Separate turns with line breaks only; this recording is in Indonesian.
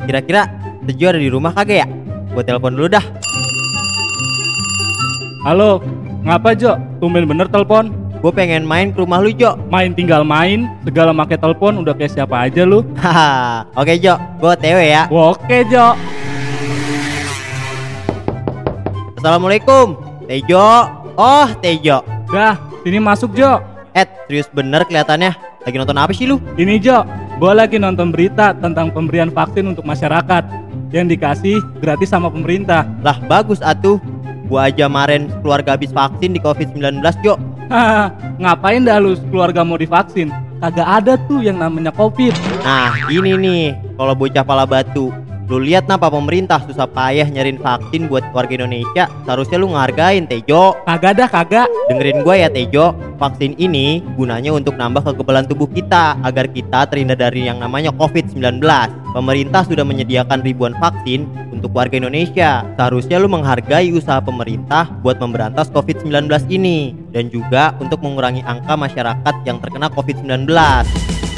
Kira-kira Tejo ada di rumah kagak ya? Gue telepon dulu dah.
Halo, ngapa Jo? Tumben bener telepon.
Gue pengen main ke rumah lu, Jo.
Main tinggal main, segala make telepon udah kayak siapa aja lu.
Haha. Oke, Jo. Gue TW ya.
Oke Jo.
Assalamualaikum. Tejo. Oh, Tejo.
Dah, sini masuk Jo.
Ed, serius bener kelihatannya. Lagi nonton apa sih lu?
Ini Jo, gua lagi nonton berita tentang pemberian vaksin untuk masyarakat yang dikasih gratis sama pemerintah.
Lah, bagus atuh. Gua aja maren keluarga habis vaksin di COVID-19, Jo.
Hahaha, ngapain dah lu keluarga mau divaksin? Kagak ada tuh yang namanya covid.
Nah, ini nih. Kalau bocah pala batu. Lu lihat napa pemerintah susah payah nyariin vaksin buat warga Indonesia? Seharusnya lu ngehargain, Tejo.
Kagak dah kagak.
Dengerin gue ya Tejo, vaksin ini gunanya untuk nambah kekebalan tubuh kita agar kita terhindar dari yang namanya COVID-19. Pemerintah sudah menyediakan ribuan vaksin untuk warga Indonesia. Seharusnya lu menghargai usaha pemerintah buat memberantas COVID-19 ini dan juga untuk mengurangi angka masyarakat yang terkena COVID-19.